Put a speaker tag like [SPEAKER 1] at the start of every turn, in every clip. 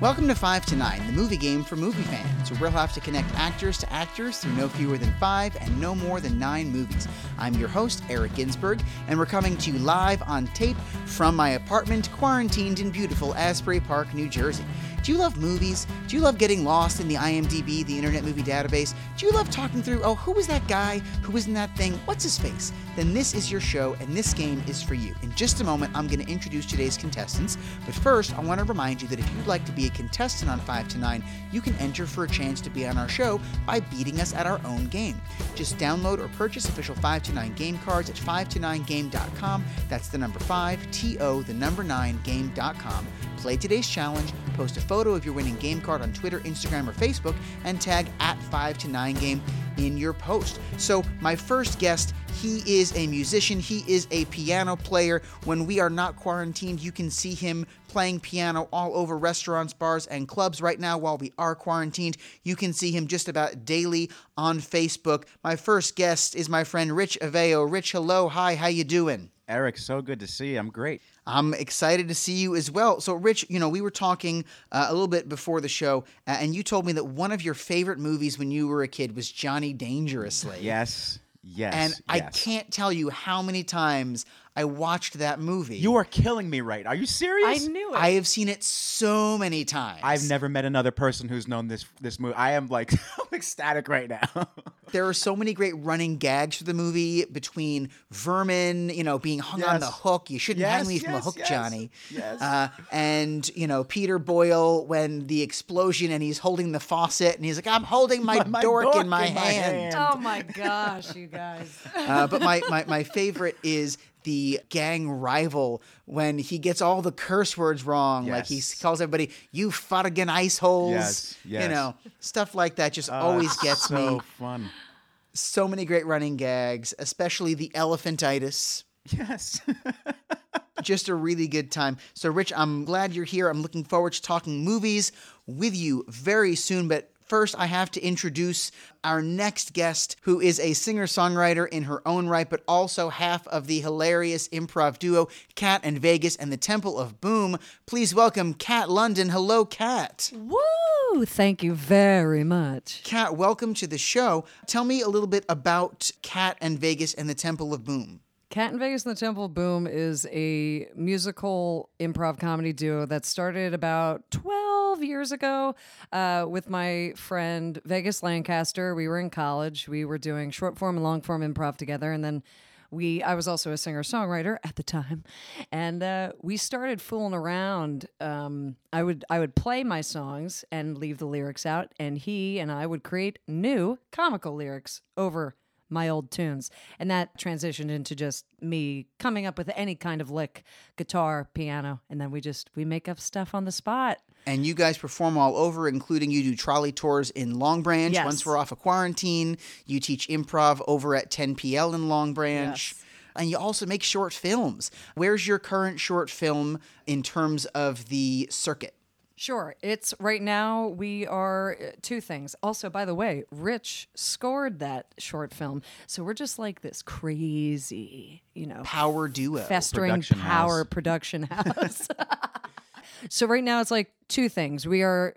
[SPEAKER 1] Welcome to Five to Nine, the movie game for movie fans, where we'll have to connect actors to actors through no fewer than five and no more than nine movies. I'm your host, Eric Ginsberg, and we're coming to you live on tape from my apartment, quarantined in beautiful Asbury Park, New Jersey. Do you love movies? Do you love getting lost in the IMDb, the Internet Movie Database? Do you love talking through, oh, who was that guy? Who was in that thing? What's his face? Then this is your show, and this game is for you. In just a moment, I'm going to introduce today's contestants. But first, I want to remind you that if you'd like to be a contestant on 5 to 9, you can enter for a chance to be on our show by beating us at our own game. Just download or purchase official 5 to 9 game cards at 5to9game.com. That's the number 5, T O, the number 9, game.com. Play today's challenge, post a photo of your winning game card on Twitter, Instagram, or Facebook, and tag at 5 to 9 game in your post. So, my first guest, he is a musician, he is a piano player. When we are not quarantined, you can see him playing piano all over restaurants, bars, and clubs right now while we are quarantined. You can see him just about daily on Facebook. My first guest is my friend Rich Aveo. Rich, hello, hi, how you doing?
[SPEAKER 2] Eric, so good to see you. I'm great.
[SPEAKER 1] I'm excited to see you as well. So, Rich, you know, we were talking uh, a little bit before the show, uh, and you told me that one of your favorite movies when you were a kid was Johnny Dangerously.
[SPEAKER 2] Yes, yes.
[SPEAKER 1] And I
[SPEAKER 2] yes.
[SPEAKER 1] can't tell you how many times I watched that movie.
[SPEAKER 2] You are killing me right. Are you
[SPEAKER 3] I
[SPEAKER 2] serious?
[SPEAKER 3] knew it.
[SPEAKER 1] I have seen it so many times.
[SPEAKER 2] I've never met another person who's known this this movie. I am like I'm ecstatic right now.
[SPEAKER 1] there are so many great running gags for the movie between Vermin, you know, being hung on
[SPEAKER 2] Yes.
[SPEAKER 1] the hook. You shouldn't hang
[SPEAKER 2] Yes,
[SPEAKER 1] me from a
[SPEAKER 2] yes,
[SPEAKER 1] hook,
[SPEAKER 2] yes,
[SPEAKER 1] Johnny.
[SPEAKER 2] yes.
[SPEAKER 1] Uh, and you know, Peter Boyle when the explosion and he's holding the faucet and he's like, "I'm holding my,
[SPEAKER 2] My- my
[SPEAKER 1] dork,
[SPEAKER 2] dork
[SPEAKER 1] in my hand."
[SPEAKER 3] oh my gosh, you guys.
[SPEAKER 1] Uh, but my, my my favorite is. The gang rival when he gets all the curse words wrong, like he
[SPEAKER 2] Yes.
[SPEAKER 1] calls everybody "you fucking ice holes,"
[SPEAKER 2] Yes,
[SPEAKER 1] you
[SPEAKER 2] yes. Uh,
[SPEAKER 1] know, stuff like that. Just always gets
[SPEAKER 2] so
[SPEAKER 1] me.
[SPEAKER 2] fun.
[SPEAKER 1] So many great running gags, especially the elephantitis.
[SPEAKER 2] Yes.
[SPEAKER 1] just a really good time. So, Rich, I'm glad you're here. I'm looking forward to talking movies with you very soon. But first, I have to introduce our next guest, who is a singer songwriter in her own right, but also half of the hilarious improv duo Cat and Vegas and the Temple of Boom. Please welcome Cat London. Hello, Cat.
[SPEAKER 3] Woo! Thank you very much.
[SPEAKER 1] Cat, welcome to the show. Tell me a little bit about Cat and Vegas and the Temple of Boom.
[SPEAKER 3] Cat in Vegas and the Temple of Boom is a musical improv comedy duo that started about 12 years ago uh, with my friend Vegas Lancaster. We were in college. We were doing short form and long form improv together. And then we, I was also a singer songwriter at the time. And uh, we started fooling around. Um, I would I would play my songs and leave the lyrics out. And he and I would create new comical lyrics over my old tunes. And that transitioned into just me coming up with any kind of lick, guitar, piano, and then we just we make up stuff on the spot.
[SPEAKER 1] And you guys perform all over, including you do trolley tours in Long Branch.
[SPEAKER 3] Yes.
[SPEAKER 1] Once we're off of quarantine, you teach improv over at 10PL in Long Branch. And you also make short films. Where's your current short film in terms of the circuit?
[SPEAKER 3] Sure. It's right now we are uh, two things. Also, by the way, Rich scored that short film. So we're just like this crazy, you know,
[SPEAKER 1] Power duo.
[SPEAKER 3] festering
[SPEAKER 2] Production
[SPEAKER 3] power
[SPEAKER 2] house.
[SPEAKER 3] production house. so right now it's like two things. We are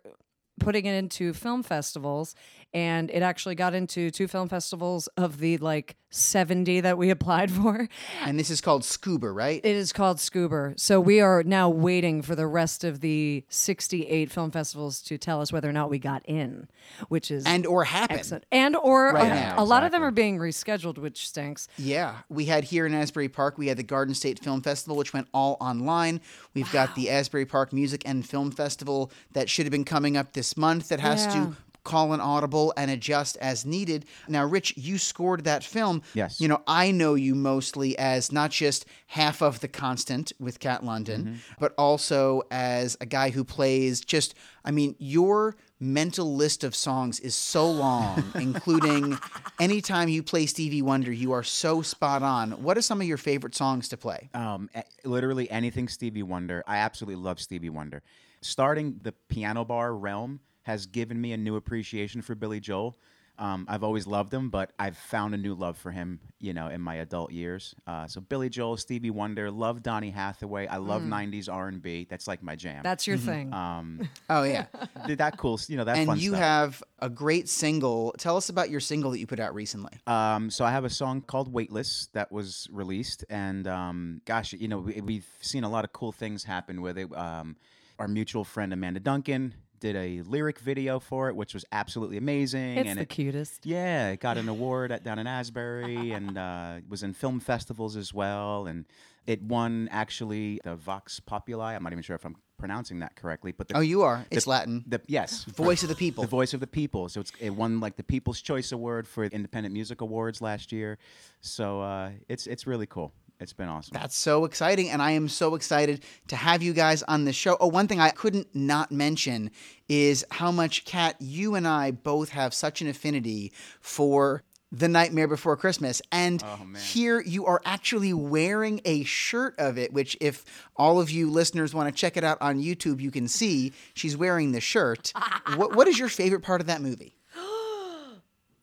[SPEAKER 3] putting it into film festivals and it actually got into two film festivals of the like 70 that we applied for.
[SPEAKER 1] and this is called Scuba, right?
[SPEAKER 3] It is called Scuba. So we are now waiting for the rest of the 68 film festivals to tell us whether or not we got in, which is
[SPEAKER 1] and or happen.
[SPEAKER 3] excellent. And or
[SPEAKER 1] Right
[SPEAKER 3] a,
[SPEAKER 1] now,
[SPEAKER 3] a lot of them are being rescheduled, which stinks.
[SPEAKER 1] Yeah, we had here in Asbury Park, we had the Garden State Film Festival, which went all online. We've got the Asbury Park Music and Film Festival that should have been coming up this month that has
[SPEAKER 3] Yeah.
[SPEAKER 1] to call an audible and adjust as needed. Now, Rich, you scored that film.
[SPEAKER 2] Yes.
[SPEAKER 1] You know, I know you mostly as not just half of the constant with Cat London,
[SPEAKER 2] Mm-hmm.
[SPEAKER 1] but also as a guy who plays just, I mean, your mental list of songs is so long, including anytime you play Stevie Wonder, you are so spot on. What are some of your favorite songs to play?
[SPEAKER 2] um, a- literally anything Stevie Wonder. I absolutely love Stevie Wonder. Starting the piano bar realm has given me a new appreciation for Billy Joel. Um, I've always loved him, but I've found a new love for him, you know, in my adult years. Uh, so Billy Joel, Stevie Wonder, love Donny Hathaway. I
[SPEAKER 1] Mm.
[SPEAKER 2] love '90s R&B. That's like my jam.
[SPEAKER 3] That's your thing.
[SPEAKER 2] um,
[SPEAKER 1] Oh yeah.
[SPEAKER 2] did that cool, you know, that
[SPEAKER 1] and
[SPEAKER 2] fun
[SPEAKER 1] you
[SPEAKER 2] stuff.
[SPEAKER 1] have a great single. Tell us about your single that you put out recently.
[SPEAKER 2] Um, so I have a song called Weightless that was released, and um, gosh, you know, we, we've seen a lot of cool things happen with it. Um, our mutual friend Amanda Duncan did a lyric video for it, which was absolutely amazing,
[SPEAKER 3] it's
[SPEAKER 2] and
[SPEAKER 3] the
[SPEAKER 2] it,
[SPEAKER 3] cutest.
[SPEAKER 2] yeah, it got an award at, down in Asbury, and uh, was in film festivals as well, and it won actually the Vox Populi. I'm not even sure if I'm pronouncing that correctly, but the,
[SPEAKER 1] Oh, you are. It's Latin.
[SPEAKER 2] the yes,
[SPEAKER 1] Voice of the people.
[SPEAKER 2] the voice of the people. So it's, it won like the People's Choice Award for Independent Music Awards last year. So uh, it's it's really cool. It's been awesome.
[SPEAKER 1] That's so exciting. And I am so excited to have you guys on the show. Oh, one thing I couldn't not mention is how much, Kat, you and I both have such an affinity for The Nightmare Before Christmas. And here you are actually wearing a shirt of it, which, if all of you listeners want to check it out on YouTube, you can see she's wearing the shirt. what, what is your favorite part of that movie?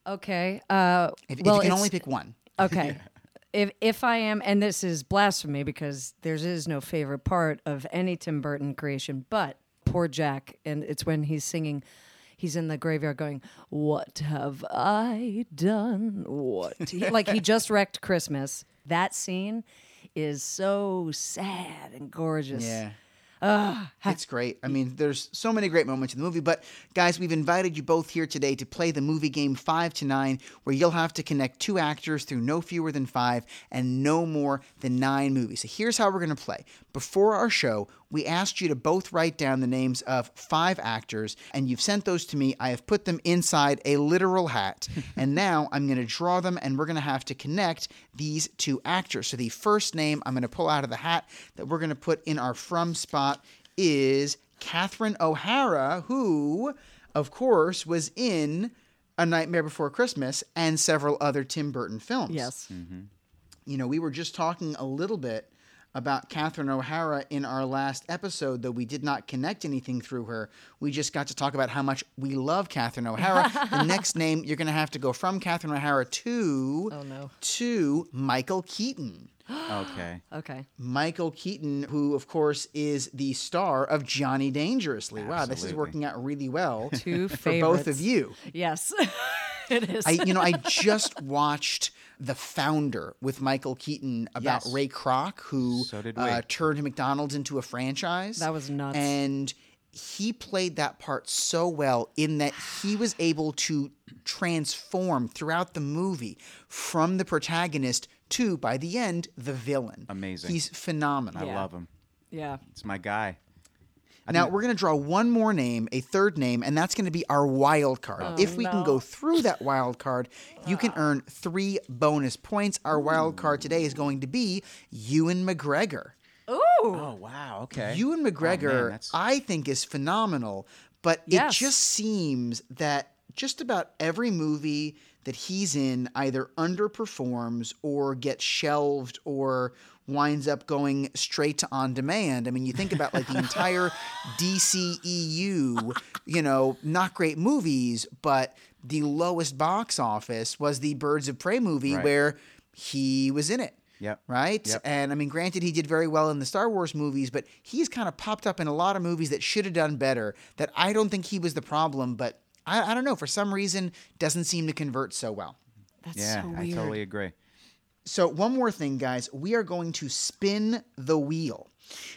[SPEAKER 3] Okay. Uh,
[SPEAKER 1] If, if
[SPEAKER 3] well,
[SPEAKER 1] you can
[SPEAKER 3] it's-
[SPEAKER 1] only pick one.
[SPEAKER 3] Okay. If if I am, and this is blasphemy because there is no favorite part of any Tim Burton creation, but poor Jack, and it's when he's singing. He's in the graveyard going, What have I done? What? He, like, he just wrecked Christmas. That scene is so sad and gorgeous.
[SPEAKER 1] It's great. I mean, there's so many great moments in the movie. But guys, we've invited you both here today to play the movie game five to nine, where you'll have to connect two actors through no fewer than five and no more than nine movies. So here's how we're going to play. Before our show, we asked you to both write down the names of five actors, and you've sent those to me. I have put them inside a literal hat, and now I'm going to draw them, and we're going to have to connect these two actors. So the first name I'm going to pull out of the hat that we're going to put in our from spot is Catherine O'Hara, who, of course, was in A Nightmare Before Christmas and several other Tim Burton films.
[SPEAKER 3] Yes.
[SPEAKER 2] Hmm.
[SPEAKER 1] You know, we were just talking a little bit about Catherine O'Hara in our last episode, though we did not connect anything through her. We just got to talk about how much we love Catherine O'Hara. the next name, you're going to have to go from Catherine O'Hara to,
[SPEAKER 3] Oh, no.
[SPEAKER 1] to Michael Keaton.
[SPEAKER 2] Okay.
[SPEAKER 3] Okay.
[SPEAKER 1] Michael Keaton, who of course is the star of Johnny Dangerously. Wow, this is
[SPEAKER 2] Absolutely.
[SPEAKER 1] working out really well
[SPEAKER 3] Two
[SPEAKER 1] for both of
[SPEAKER 3] favorites.
[SPEAKER 1] you.
[SPEAKER 3] Yes. it is.
[SPEAKER 1] I, you know, I just watched The Founder with Michael Keaton about
[SPEAKER 2] Yes.
[SPEAKER 1] Ray Kroc, who
[SPEAKER 2] So did we.
[SPEAKER 1] uh, turned McDonald's into a franchise.
[SPEAKER 3] That was nuts.
[SPEAKER 1] And he played that part so well in that he was able to transform throughout the movie from the protagonist to, by the end, the villain.
[SPEAKER 2] Amazing.
[SPEAKER 1] He's phenomenal.
[SPEAKER 2] I
[SPEAKER 3] Yeah.
[SPEAKER 2] love him.
[SPEAKER 3] yeah.
[SPEAKER 2] It's my guy.
[SPEAKER 1] Now we're going to draw one more name, a third name, and that's going to be our wild card. if we can
[SPEAKER 3] no.
[SPEAKER 1] go through that wild card, you can earn three bonus points. Our wild card today is going to be Ewan McGregor.
[SPEAKER 2] Oh wow. Okay.
[SPEAKER 1] Ewan McGregor,
[SPEAKER 2] that's-
[SPEAKER 1] I think, is phenomenal, but
[SPEAKER 3] Yes.
[SPEAKER 1] it just seems that just about every movie that he's in either underperforms or gets shelved or winds up going straight to on demand. I mean, you think about like the entire DCEU, you know, not great movies, but the lowest box office was the Birds of Prey movie
[SPEAKER 2] Right.
[SPEAKER 1] where he was in it
[SPEAKER 2] Yep.
[SPEAKER 1] right?
[SPEAKER 2] Yep.
[SPEAKER 1] And I mean, granted, he did very well in the Star Wars movies, but he's kind of popped up in a lot of movies that should have done better. That I don't think he was the problem, but I, I don't know for some reason doesn't seem to convert so well.
[SPEAKER 3] That's
[SPEAKER 2] Yeah,
[SPEAKER 3] so
[SPEAKER 2] I
[SPEAKER 3] weird.
[SPEAKER 2] totally agree.
[SPEAKER 1] So, one more thing, guys. We are going to spin the wheel.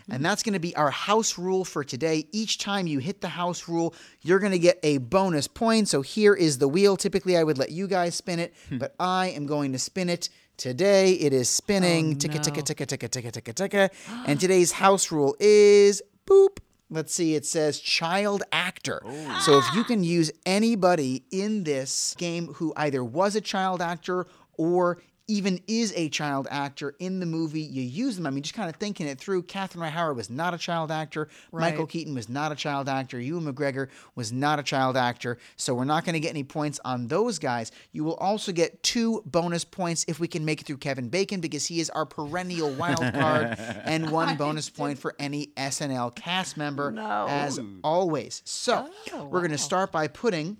[SPEAKER 1] And that's going to be our house rule for today. Each time you hit the house rule, you're going to get a bonus point. So, here is the wheel. Typically, I would let you guys spin it, but I am going to spin it today. It is spinning. Ticka, ticka, ticka, ticka, ticka, ticka, ticka. And today's house rule is boop. Let's see, it says child actor. So if you can use anybody in this game who either was a child actor or even is a child actor in the movie, you use them. I mean, just kind of thinking it through. Catherine O'Hara was not a child actor. Michael
[SPEAKER 3] Right.
[SPEAKER 1] Keaton was not a child actor. Ewan McGregor was not a child actor. So we're not going to get any points on those guys. You will also get two bonus points if we can make it through Kevin Bacon because he is our perennial wild card, and one bonus point for any SNL cast member, as always. So we're going to start by putting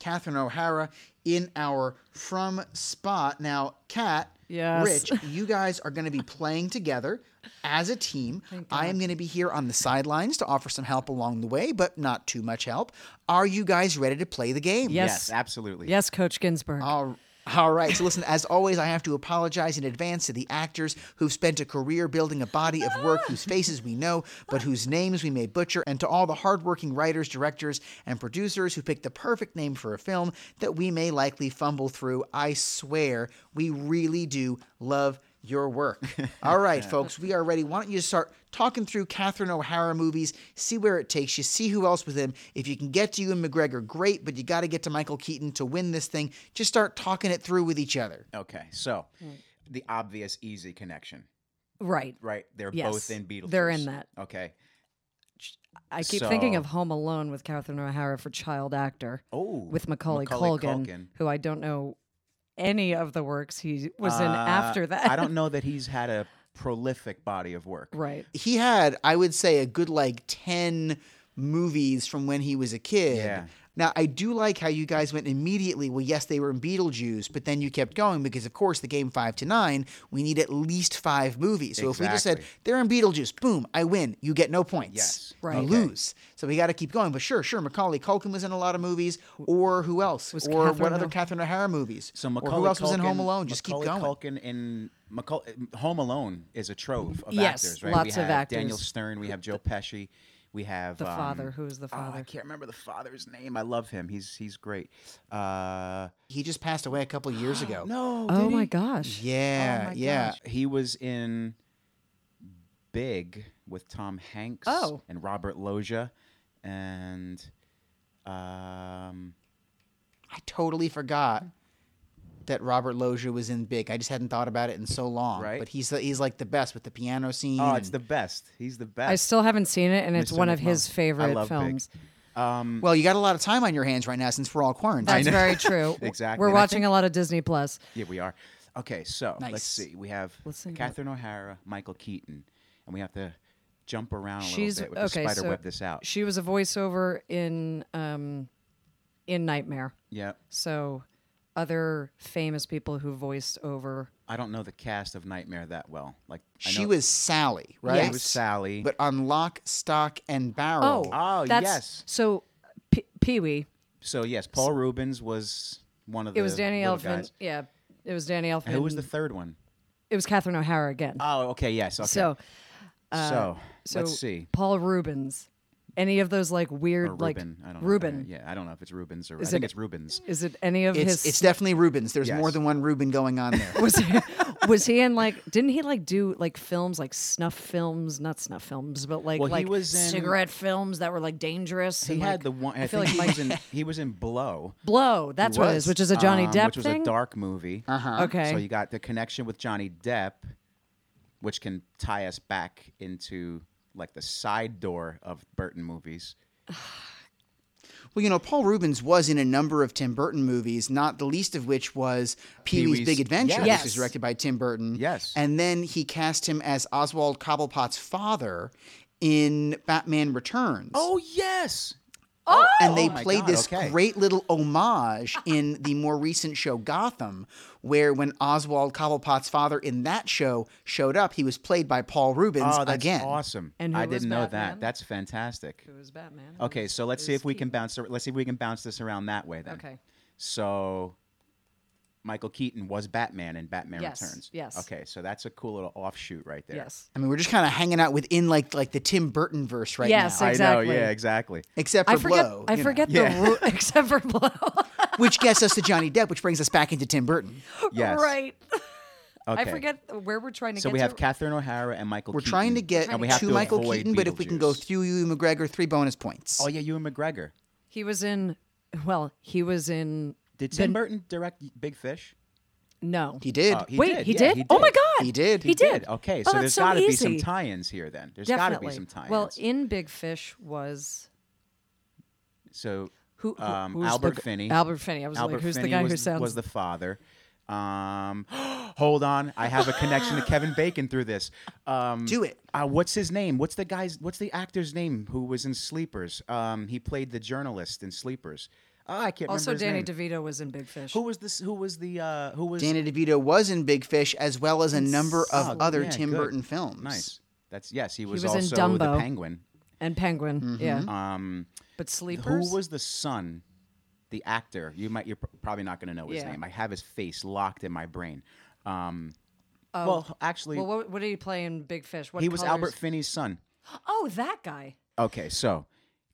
[SPEAKER 1] Catherine O'Hara in our From Spot. Now, Kat,
[SPEAKER 3] Yes.
[SPEAKER 1] Rich, you guys are going to be playing together as a team. I am going to be here on the sidelines to offer some help along the way, but not too much help. Are you guys ready to play the game?
[SPEAKER 3] Yes.
[SPEAKER 2] Yes, absolutely.
[SPEAKER 3] Yes, Coach Ginsburg.
[SPEAKER 2] Oh.
[SPEAKER 1] All, all right. So, listen, as always, I have to apologize in advance to the actors who've spent a career building a body of work whose faces we know, but whose names we may butcher, and to all the hardworking writers, directors, and producers who picked the perfect name for a film that we may likely fumble through. I swear, we really do love your work. All right, folks, we are ready. Why don't you start talking through Catherine O'Hara movies, see where it takes you, see who else was in. If you can get to you and McGregor, great, but you got to get to Michael Keaton to win this thing. Just start talking it through with each other.
[SPEAKER 2] Okay, so
[SPEAKER 3] Mm.
[SPEAKER 2] the obvious, easy connection,
[SPEAKER 3] right.
[SPEAKER 2] right? They're
[SPEAKER 3] Yes.
[SPEAKER 2] both in Beatles.
[SPEAKER 3] They're in that.
[SPEAKER 2] Okay.
[SPEAKER 3] I keep thinking
[SPEAKER 2] So-
[SPEAKER 3] of Home Alone with Catherine O'Hara for child actor
[SPEAKER 2] Oh,
[SPEAKER 3] with Macaulay,
[SPEAKER 2] Macaulay
[SPEAKER 3] Culkin,
[SPEAKER 2] Culkin.
[SPEAKER 3] who I don't know any of the works he was in
[SPEAKER 2] Uh,
[SPEAKER 3] after that.
[SPEAKER 2] I don't know that he's had a prolific body of work.
[SPEAKER 3] right.
[SPEAKER 1] He had, I would say, a good like 10 movies from when he was a kid.
[SPEAKER 2] Yeah.
[SPEAKER 1] Now, I do like how you guys went immediately. Well, yes, they were in Beetlejuice, but then you kept going because, of course, the game five to nine, we need at least five movies. So if we just said,
[SPEAKER 2] Exactly.
[SPEAKER 1] they're in Beetlejuice, boom, I win. You get no points.
[SPEAKER 2] Yes.
[SPEAKER 1] You
[SPEAKER 3] Right. Okay.
[SPEAKER 1] lose. So we got to keep going. But sure, sure. Macaulay Culkin was in a lot of movies, or who else?
[SPEAKER 3] Was
[SPEAKER 1] or what
[SPEAKER 3] Catherine
[SPEAKER 1] other
[SPEAKER 3] O-
[SPEAKER 1] Catherine O'Hara movies?
[SPEAKER 2] So
[SPEAKER 1] or
[SPEAKER 2] Macaulay
[SPEAKER 1] who else was in
[SPEAKER 2] Culkin-
[SPEAKER 1] Home Alone? Just keep
[SPEAKER 2] Macaulay
[SPEAKER 1] going.
[SPEAKER 2] Culkin in Macaul- Home Alone is a trove of
[SPEAKER 3] Yes,
[SPEAKER 2] actors, right?
[SPEAKER 3] lots
[SPEAKER 2] we
[SPEAKER 3] of
[SPEAKER 2] have
[SPEAKER 3] actors.
[SPEAKER 2] Daniel Stern. We have Joe Pesci. We have
[SPEAKER 3] The
[SPEAKER 2] um,
[SPEAKER 3] father. Who's the
[SPEAKER 2] oh, I
[SPEAKER 3] father?
[SPEAKER 2] can't remember the father's name. I love him. He's he's great. Uh,
[SPEAKER 1] He just passed away a couple years ago.
[SPEAKER 2] no.
[SPEAKER 3] Oh,
[SPEAKER 2] did
[SPEAKER 3] my
[SPEAKER 2] he?
[SPEAKER 3] gosh. Oh
[SPEAKER 1] Yeah,
[SPEAKER 2] my
[SPEAKER 1] yeah.
[SPEAKER 2] gosh. He was in Big with Tom Hanks
[SPEAKER 3] Oh.
[SPEAKER 2] and Robert Loggia and um
[SPEAKER 1] I totally forgot that Robert Loggia was in Big. I just hadn't thought about it in so long.
[SPEAKER 2] Right.
[SPEAKER 1] But he's he's like the best with the piano scene.
[SPEAKER 2] Oh, it's the
[SPEAKER 1] and-
[SPEAKER 2] best. He's the best.
[SPEAKER 3] I still haven't seen it, and it's
[SPEAKER 2] Mr.
[SPEAKER 3] one of his
[SPEAKER 2] McMahon. I
[SPEAKER 3] favorite
[SPEAKER 2] love Big.
[SPEAKER 3] films.
[SPEAKER 1] well, you got a lot of time on your hands right now since we're all quarantined.
[SPEAKER 3] That's very true.
[SPEAKER 2] Exactly.
[SPEAKER 3] We're
[SPEAKER 2] And I
[SPEAKER 3] watching a lot of Disney Plus.
[SPEAKER 2] Yeah, we are. Okay, so
[SPEAKER 1] Nice.
[SPEAKER 2] let's see. We have
[SPEAKER 3] Let's think about-
[SPEAKER 2] Catherine O'Hara, Michael Keaton, and we have to jump around a
[SPEAKER 3] She's
[SPEAKER 2] little bit with
[SPEAKER 3] okay.
[SPEAKER 2] the spider
[SPEAKER 3] so
[SPEAKER 2] web this out.
[SPEAKER 3] she was a voiceover in um, in Nightmare.
[SPEAKER 2] yeah,
[SPEAKER 3] So other famous people who voiced over.
[SPEAKER 2] I don't know the cast of Nightmare that well. Like I
[SPEAKER 1] She
[SPEAKER 2] know
[SPEAKER 1] was Sally, right?
[SPEAKER 2] it was Sally.
[SPEAKER 1] But on Lock, Stock, and
[SPEAKER 3] Oh,
[SPEAKER 1] Barrel.
[SPEAKER 2] Oh,
[SPEAKER 3] that's,
[SPEAKER 2] yes.
[SPEAKER 3] So P- Pee Wee.
[SPEAKER 2] so yes, Paul Rubens was one of the.
[SPEAKER 3] It was Danny
[SPEAKER 2] little
[SPEAKER 3] Elfman.
[SPEAKER 2] guys.
[SPEAKER 3] Yeah, it was Danny Elfman.
[SPEAKER 2] And who was the third one?
[SPEAKER 3] It was Catherine O'Hara again.
[SPEAKER 2] Oh, okay, yes. Okay.
[SPEAKER 3] So, uh,
[SPEAKER 2] so,
[SPEAKER 3] so
[SPEAKER 2] let's see.
[SPEAKER 3] Paul Rubens. Any of those like weird
[SPEAKER 2] Or
[SPEAKER 3] like
[SPEAKER 2] Ruben. I don't know.
[SPEAKER 3] Ruben?
[SPEAKER 2] Yeah, I don't know if it's Rubens or I
[SPEAKER 3] Is
[SPEAKER 2] think
[SPEAKER 3] it-
[SPEAKER 2] it's Rubens.
[SPEAKER 3] Is it any of
[SPEAKER 1] It's,
[SPEAKER 3] his?
[SPEAKER 1] it's definitely Rubens. There's
[SPEAKER 2] Yes.
[SPEAKER 1] more than one Ruben going on there.
[SPEAKER 3] was he, was he in like? Didn't he like do like films like snuff films, not snuff films, but like
[SPEAKER 2] Well, he
[SPEAKER 3] like
[SPEAKER 2] was in-
[SPEAKER 3] cigarette films that were like dangerous.
[SPEAKER 2] He
[SPEAKER 3] and,
[SPEAKER 2] had
[SPEAKER 3] like-
[SPEAKER 2] the one. I,
[SPEAKER 3] I feel
[SPEAKER 2] think
[SPEAKER 3] like
[SPEAKER 2] he was in. He was in Blow.
[SPEAKER 3] Blow. That's what it is,
[SPEAKER 1] was.
[SPEAKER 3] which is a Johnny
[SPEAKER 2] um,
[SPEAKER 3] Depp
[SPEAKER 2] which was
[SPEAKER 3] thing.
[SPEAKER 2] a dark movie. Uh huh.
[SPEAKER 3] Okay.
[SPEAKER 2] So you got the connection with Johnny Depp, which can tie us back into like the side door of Burton movies.
[SPEAKER 1] Well, you know, Paul Rubens was in a number of Tim Burton movies, not the least of which was Pee Wee's
[SPEAKER 2] Pee-wee's-
[SPEAKER 1] Big Adventure,
[SPEAKER 2] Yes.
[SPEAKER 1] which was
[SPEAKER 3] Yes.
[SPEAKER 1] directed by Tim Burton.
[SPEAKER 2] Yes.
[SPEAKER 1] And then he cast him as Oswald Cobblepot's father in Batman Returns.
[SPEAKER 3] Oh,
[SPEAKER 2] Oh, yes.
[SPEAKER 1] and they
[SPEAKER 2] Oh my
[SPEAKER 1] played
[SPEAKER 2] God,
[SPEAKER 1] this
[SPEAKER 2] okay.
[SPEAKER 1] great little homage in the more recent show Gotham, where when Oswald Cobblepot's father in that show showed up, he was played by Paul Rubens
[SPEAKER 2] Oh, that's
[SPEAKER 1] again.
[SPEAKER 2] awesome.
[SPEAKER 3] And who
[SPEAKER 2] I
[SPEAKER 3] was
[SPEAKER 2] didn't know
[SPEAKER 3] Batman?
[SPEAKER 2] that. That's fantastic.
[SPEAKER 3] It was Batman.
[SPEAKER 2] Okay, so let's see if we can bounce. Let's see if we can bounce this around that way then.
[SPEAKER 3] Okay.
[SPEAKER 2] So, Michael Keaton was Batman in Batman
[SPEAKER 3] Yes,
[SPEAKER 2] Returns.
[SPEAKER 3] yes.
[SPEAKER 2] Okay, so that's a cool little offshoot right there.
[SPEAKER 3] Yes.
[SPEAKER 1] I mean, we're just kind of hanging out within like like the Tim Burton verse right
[SPEAKER 3] Yes,
[SPEAKER 1] now,
[SPEAKER 2] I know.
[SPEAKER 3] Exactly.
[SPEAKER 2] Yeah. Exactly.
[SPEAKER 1] except for
[SPEAKER 3] I forget.
[SPEAKER 1] Blow.
[SPEAKER 3] I
[SPEAKER 1] you know.
[SPEAKER 3] forget
[SPEAKER 2] Yeah.
[SPEAKER 3] the ru- except for Blow.
[SPEAKER 1] which gets us to Johnny Depp, which brings us back into Tim Burton.
[SPEAKER 2] Yes.
[SPEAKER 3] Right.
[SPEAKER 2] Okay.
[SPEAKER 3] I forget where we're trying to
[SPEAKER 2] So
[SPEAKER 3] get
[SPEAKER 2] we have
[SPEAKER 3] to.
[SPEAKER 2] Catherine O'Hara and Michael.
[SPEAKER 1] We're trying to get
[SPEAKER 2] and we
[SPEAKER 1] to,
[SPEAKER 2] have to
[SPEAKER 1] Michael
[SPEAKER 2] avoid
[SPEAKER 1] Keaton, but if we can go
[SPEAKER 2] Beetlejuice.
[SPEAKER 1] through you McGregor, three bonus points.
[SPEAKER 2] Oh yeah, you and McGregor.
[SPEAKER 3] he was in well, he was in
[SPEAKER 2] Did Tim Burton direct Big Fish?
[SPEAKER 3] no.
[SPEAKER 1] He did.
[SPEAKER 2] Oh, he
[SPEAKER 3] Wait,
[SPEAKER 2] did.
[SPEAKER 3] he,
[SPEAKER 2] Yeah,
[SPEAKER 3] did?
[SPEAKER 2] he
[SPEAKER 3] Oh my
[SPEAKER 2] did.
[SPEAKER 3] god.
[SPEAKER 1] He did.
[SPEAKER 3] He,
[SPEAKER 1] He
[SPEAKER 3] did.
[SPEAKER 2] Did. Okay,
[SPEAKER 3] oh,
[SPEAKER 2] so
[SPEAKER 3] that's
[SPEAKER 2] there's
[SPEAKER 3] so
[SPEAKER 2] got to be some
[SPEAKER 3] easy.
[SPEAKER 2] tie-ins here. Then there's got to
[SPEAKER 3] Definitely.
[SPEAKER 2] be some tie-ins.
[SPEAKER 3] Well, in Big Fish was
[SPEAKER 2] so
[SPEAKER 3] who, who
[SPEAKER 2] um,
[SPEAKER 3] who's the
[SPEAKER 2] Albert
[SPEAKER 3] g-
[SPEAKER 2] Finney.
[SPEAKER 3] Albert Finney. I was
[SPEAKER 2] Albert
[SPEAKER 3] like, who's
[SPEAKER 2] Finney
[SPEAKER 3] the guy
[SPEAKER 2] was,
[SPEAKER 3] who sounds
[SPEAKER 2] was the father? Um, hold on, I have a connection to Kevin Bacon through this. Um,
[SPEAKER 1] Do it.
[SPEAKER 2] Uh, what's his name? What's the guy's? What's the actor's name who was in Sleepers? Um, he played the journalist in Sleepers. Ah, I can't
[SPEAKER 3] Also,
[SPEAKER 2] remember. his
[SPEAKER 3] Danny
[SPEAKER 2] name.
[SPEAKER 3] DeVito was in Big Fish.
[SPEAKER 2] Who was this? Who was the? Uh, who was Oh,
[SPEAKER 1] Danny DeVito was in Big Fish as well as a number of other
[SPEAKER 2] yeah,
[SPEAKER 1] Tim
[SPEAKER 2] good.
[SPEAKER 1] Burton films.
[SPEAKER 2] Nice. That's yes. He was,
[SPEAKER 3] was in
[SPEAKER 2] also
[SPEAKER 3] Dumbo.
[SPEAKER 2] the Penguin.
[SPEAKER 3] And Penguin. Yeah.
[SPEAKER 2] Um,
[SPEAKER 3] but Sleepers.
[SPEAKER 2] who was the son? The actor. You might. You're pr- probably not going to know his
[SPEAKER 3] Yeah.
[SPEAKER 2] name. I have his face locked in my brain. Um, well, actually,
[SPEAKER 3] Oh, well, what, what did he play in Big Fish? What
[SPEAKER 2] he was
[SPEAKER 3] colors-
[SPEAKER 2] Albert Finney's son.
[SPEAKER 3] Oh, that guy.
[SPEAKER 2] Okay, so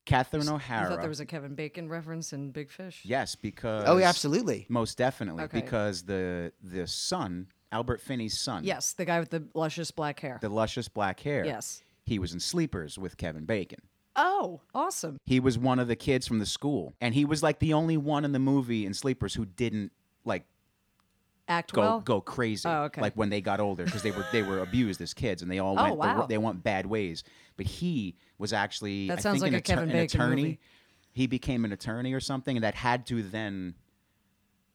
[SPEAKER 2] Catherine
[SPEAKER 3] I
[SPEAKER 2] O'Hara.
[SPEAKER 3] thought there was a Kevin Bacon reference in Big Fish.
[SPEAKER 2] yes, because
[SPEAKER 1] Oh, yeah, absolutely.
[SPEAKER 2] most definitely
[SPEAKER 3] Okay.
[SPEAKER 2] because the the son Albert Finney's son.
[SPEAKER 3] Yes, the guy with the luscious black hair.
[SPEAKER 2] the luscious black hair.
[SPEAKER 3] Yes.
[SPEAKER 2] He was in Sleepers with Kevin Bacon.
[SPEAKER 3] oh, awesome.
[SPEAKER 2] He was one of the kids from the school, and he was like the only one in the movie in Sleepers who didn't like
[SPEAKER 3] Act
[SPEAKER 2] go
[SPEAKER 3] well.
[SPEAKER 2] go crazy.
[SPEAKER 3] Oh, okay. Oh,
[SPEAKER 2] Like when they got older, because they were they were abused as kids, and they all went they were-
[SPEAKER 3] wow.
[SPEAKER 2] they went bad ways. But he was actually
[SPEAKER 3] That
[SPEAKER 2] I
[SPEAKER 3] sounds
[SPEAKER 2] think,
[SPEAKER 3] like a
[SPEAKER 2] an, atter-
[SPEAKER 3] Kevin
[SPEAKER 2] an
[SPEAKER 3] Bacon
[SPEAKER 2] attorney.
[SPEAKER 3] movie.
[SPEAKER 2] He became an attorney or something, and that had to then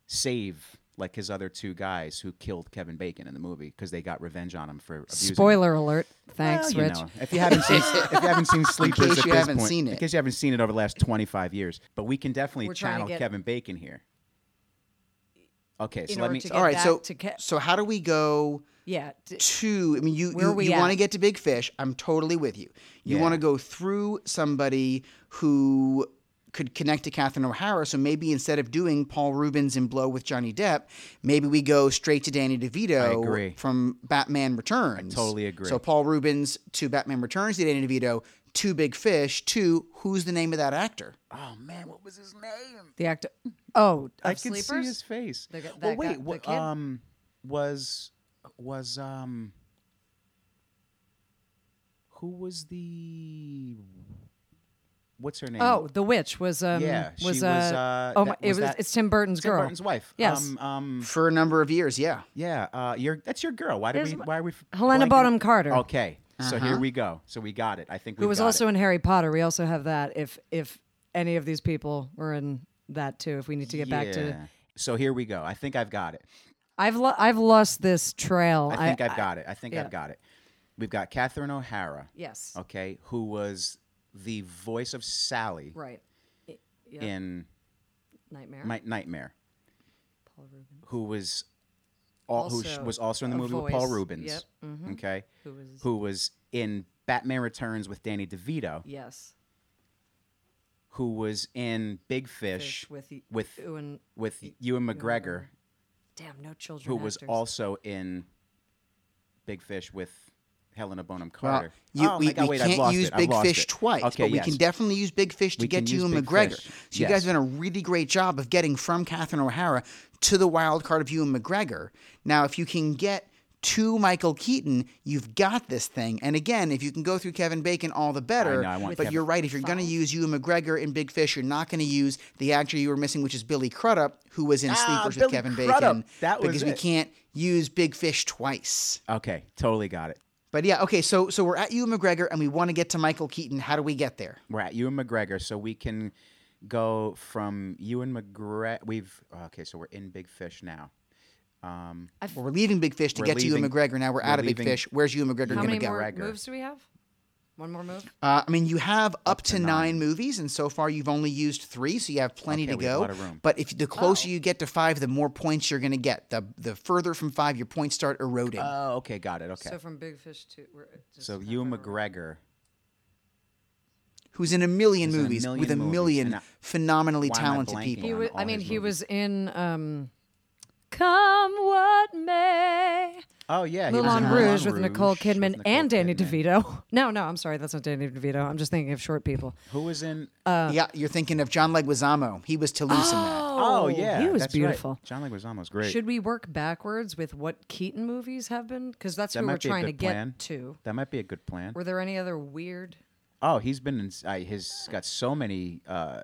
[SPEAKER 2] save like his other two guys who killed Kevin Bacon in the movie because they got revenge on him for abusing him.
[SPEAKER 3] Spoiler alert. Thanks,
[SPEAKER 2] Well, you
[SPEAKER 3] Rich.
[SPEAKER 2] know, if you haven't seen if you haven't seen Sleepers,
[SPEAKER 1] case
[SPEAKER 2] at
[SPEAKER 1] you
[SPEAKER 2] this
[SPEAKER 1] haven't
[SPEAKER 2] point-
[SPEAKER 1] seen
[SPEAKER 2] in
[SPEAKER 1] it.
[SPEAKER 2] case you haven't seen it over the last twenty five years, but we can definitely
[SPEAKER 3] We're trying to
[SPEAKER 2] channel
[SPEAKER 3] get-
[SPEAKER 2] Kevin Bacon here. Okay, so
[SPEAKER 3] In
[SPEAKER 2] let
[SPEAKER 3] order
[SPEAKER 2] me.
[SPEAKER 3] to get-
[SPEAKER 1] All right,
[SPEAKER 3] back
[SPEAKER 1] so
[SPEAKER 3] to Ke-
[SPEAKER 1] so how do we go
[SPEAKER 3] Yeah. d-
[SPEAKER 1] to? I mean, you
[SPEAKER 3] Where are
[SPEAKER 1] you,
[SPEAKER 3] we
[SPEAKER 1] you
[SPEAKER 3] at?
[SPEAKER 1] want to get to Big Fish? I'm totally with you. You
[SPEAKER 2] Yeah.
[SPEAKER 1] want to go through somebody who could connect to Catherine O'Hara. So maybe instead of doing Paul Rubens in Blow with Johnny Depp, maybe we go straight to Danny DeVito
[SPEAKER 2] agree.
[SPEAKER 1] from Batman Returns.
[SPEAKER 2] totally agree.
[SPEAKER 1] So Paul Rubens to Batman Returns to Danny DeVito to Big Fish to who's the name of that actor?
[SPEAKER 2] oh man, what was his name?
[SPEAKER 3] The actor. Oh, of
[SPEAKER 2] I can see
[SPEAKER 3] Sleepers?
[SPEAKER 2] his face.
[SPEAKER 3] The gu-
[SPEAKER 2] well,
[SPEAKER 3] that guy-
[SPEAKER 2] wait,
[SPEAKER 3] the
[SPEAKER 2] what,
[SPEAKER 3] kid?
[SPEAKER 2] um, was was um, who was the? What's her name?
[SPEAKER 3] Oh, The Witch was um
[SPEAKER 2] Yeah, she
[SPEAKER 3] was,
[SPEAKER 2] was,
[SPEAKER 3] uh,
[SPEAKER 2] uh,
[SPEAKER 3] oh
[SPEAKER 2] that-
[SPEAKER 3] my, it
[SPEAKER 2] was
[SPEAKER 3] was
[SPEAKER 2] that-
[SPEAKER 3] it's Tim Burton's
[SPEAKER 2] Tim
[SPEAKER 3] girl.
[SPEAKER 2] Burton's wife.
[SPEAKER 3] Yes.
[SPEAKER 2] Um, um,
[SPEAKER 1] For a number of years, yeah.
[SPEAKER 2] Yeah, uh, you're that's your girl. Why did
[SPEAKER 3] Is-
[SPEAKER 2] we? Why are we? f-
[SPEAKER 3] Helena
[SPEAKER 2] blanking-
[SPEAKER 3] Bonham Carter. Uh-huh.
[SPEAKER 2] Okay, so here we go. So we got it. I think we
[SPEAKER 3] who was
[SPEAKER 2] got
[SPEAKER 3] also
[SPEAKER 2] it.
[SPEAKER 3] in Harry Potter. We also have that. If if any of these people were in that too, if we need to get back to,
[SPEAKER 2] Yeah. So here we go. I think I've got it.
[SPEAKER 3] I've lo- I've lost this trail.
[SPEAKER 2] I think I, have got it. I think
[SPEAKER 3] yeah.
[SPEAKER 2] I've got it. We've got Catherine O'Hara.
[SPEAKER 3] yes,
[SPEAKER 2] Okay, who was the voice of Sally
[SPEAKER 3] right. I- Yeah,
[SPEAKER 2] in
[SPEAKER 3] nightmare.
[SPEAKER 2] My Nightmare?
[SPEAKER 3] Paul Rubin.
[SPEAKER 2] Who was all, who sh-
[SPEAKER 3] Also
[SPEAKER 2] was also in the
[SPEAKER 3] a
[SPEAKER 2] movie with Paul
[SPEAKER 3] voice.
[SPEAKER 2] Rubens?
[SPEAKER 3] Yep, mm-hmm.
[SPEAKER 2] Okay,
[SPEAKER 3] Who was-
[SPEAKER 2] who was in Batman Returns with Danny DeVito?
[SPEAKER 3] Yes,
[SPEAKER 2] Who was in Big Fish,
[SPEAKER 3] Fish with y-
[SPEAKER 2] with
[SPEAKER 3] Ewan.
[SPEAKER 2] with Ewan McGregor?
[SPEAKER 3] Damn, no children.
[SPEAKER 2] who was
[SPEAKER 3] actors.
[SPEAKER 2] also in Big Fish with Helena Bonham
[SPEAKER 1] Well,
[SPEAKER 2] Carter.
[SPEAKER 1] you,
[SPEAKER 2] oh
[SPEAKER 1] we,
[SPEAKER 2] my God,
[SPEAKER 1] we
[SPEAKER 2] wait, I've
[SPEAKER 1] can't
[SPEAKER 2] lost
[SPEAKER 1] use
[SPEAKER 2] it. I've
[SPEAKER 1] Big
[SPEAKER 2] lost
[SPEAKER 1] Fish
[SPEAKER 2] it.
[SPEAKER 1] twice,
[SPEAKER 2] Okay,
[SPEAKER 1] but we
[SPEAKER 2] yes.
[SPEAKER 1] can definitely use Big Fish to
[SPEAKER 2] We
[SPEAKER 1] get
[SPEAKER 2] can
[SPEAKER 1] to you
[SPEAKER 2] use
[SPEAKER 1] and
[SPEAKER 2] Big
[SPEAKER 1] McGregor.
[SPEAKER 2] Fish,
[SPEAKER 1] So you guys
[SPEAKER 2] yes.
[SPEAKER 1] have done a really great job of getting from Catherine O'Hara to the wild card of you and McGregor. Now, if you can get to Michael Keaton, you've got this thing. And again, if you can go through Kevin Bacon, all the better.
[SPEAKER 2] know, I want
[SPEAKER 1] but
[SPEAKER 2] Kevin-
[SPEAKER 1] you're right. If you're going to use you and McGregor in Big Fish, you're not going to use the actor you were missing, which is Billy Crudup, who was in Sleepers with
[SPEAKER 2] Ah, Billy
[SPEAKER 1] Kevin
[SPEAKER 2] Crudup.
[SPEAKER 1] Bacon.
[SPEAKER 2] That was
[SPEAKER 1] because we
[SPEAKER 2] it.
[SPEAKER 1] can't use Big Fish twice.
[SPEAKER 2] Okay, totally got it.
[SPEAKER 1] But yeah, okay. So so we're at you McGregor, and we want to get to Michael Keaton. How do we get there?
[SPEAKER 2] We're at Ewan McGregor, so we can go from Ewan McGregor. We've okay, so we're in Big Fish now.
[SPEAKER 1] Well, we're leaving Big Fish to
[SPEAKER 2] We're
[SPEAKER 1] get to you
[SPEAKER 2] leaving-
[SPEAKER 1] McGregor. Now we're
[SPEAKER 2] we're
[SPEAKER 1] out of Big
[SPEAKER 2] leaving-
[SPEAKER 1] Fish. Where's you McGregor
[SPEAKER 3] How
[SPEAKER 1] going to
[SPEAKER 3] many
[SPEAKER 1] go?
[SPEAKER 3] more
[SPEAKER 2] McGregor.
[SPEAKER 3] moves do we have? One more move.
[SPEAKER 1] Uh, I mean, you have up, to, nine. movies, and so far you've only used three, so you have plenty
[SPEAKER 2] Okay,
[SPEAKER 1] to
[SPEAKER 2] we have a
[SPEAKER 1] go.
[SPEAKER 2] lot of room.
[SPEAKER 1] But if the closer
[SPEAKER 3] Oh.
[SPEAKER 1] you get to five, the more points you're going to get. The the further from five, your points start eroding.
[SPEAKER 2] Oh, okay, got it. Okay,
[SPEAKER 3] So
[SPEAKER 2] so,
[SPEAKER 3] from Big Fish to we're uh, just
[SPEAKER 2] so Ewan McGregor.
[SPEAKER 1] Who's in a million
[SPEAKER 2] Who's in a
[SPEAKER 1] movies
[SPEAKER 2] million
[SPEAKER 1] with a
[SPEAKER 2] movies,
[SPEAKER 1] million
[SPEAKER 2] and I-
[SPEAKER 1] phenomenally
[SPEAKER 2] why am I
[SPEAKER 1] talented
[SPEAKER 2] blanking?
[SPEAKER 1] people.
[SPEAKER 3] He
[SPEAKER 2] on
[SPEAKER 3] was.
[SPEAKER 2] all
[SPEAKER 3] I mean,
[SPEAKER 2] his
[SPEAKER 3] he
[SPEAKER 2] movies.
[SPEAKER 3] was in. um Come what may.
[SPEAKER 2] Oh yeah, he was in
[SPEAKER 3] Moulin Rouge with Nicole
[SPEAKER 2] Rouge with
[SPEAKER 3] Kidman
[SPEAKER 2] Nicole
[SPEAKER 3] and Danny
[SPEAKER 2] Kidman.
[SPEAKER 3] DeVito. No, no, I'm sorry, that's not Danny DeVito. I'm just thinking of short people.
[SPEAKER 2] Who was in?
[SPEAKER 3] Oh,
[SPEAKER 1] yeah, you're thinking of John Leguizamo. He was Toulouse in that.
[SPEAKER 2] oh yeah,
[SPEAKER 3] he was
[SPEAKER 2] that's right.
[SPEAKER 3] beautiful.
[SPEAKER 2] John Leguizamo's great.
[SPEAKER 3] Should we work backwards with what Keaton movies have been? Because that's
[SPEAKER 2] that
[SPEAKER 3] who
[SPEAKER 2] might
[SPEAKER 3] we're
[SPEAKER 2] be a
[SPEAKER 3] trying to
[SPEAKER 2] good
[SPEAKER 3] get
[SPEAKER 2] plan.
[SPEAKER 3] to.
[SPEAKER 2] That might be a good plan.
[SPEAKER 3] Were there any other weird?
[SPEAKER 2] Oh, he's been in. Uh, he's got so many uh,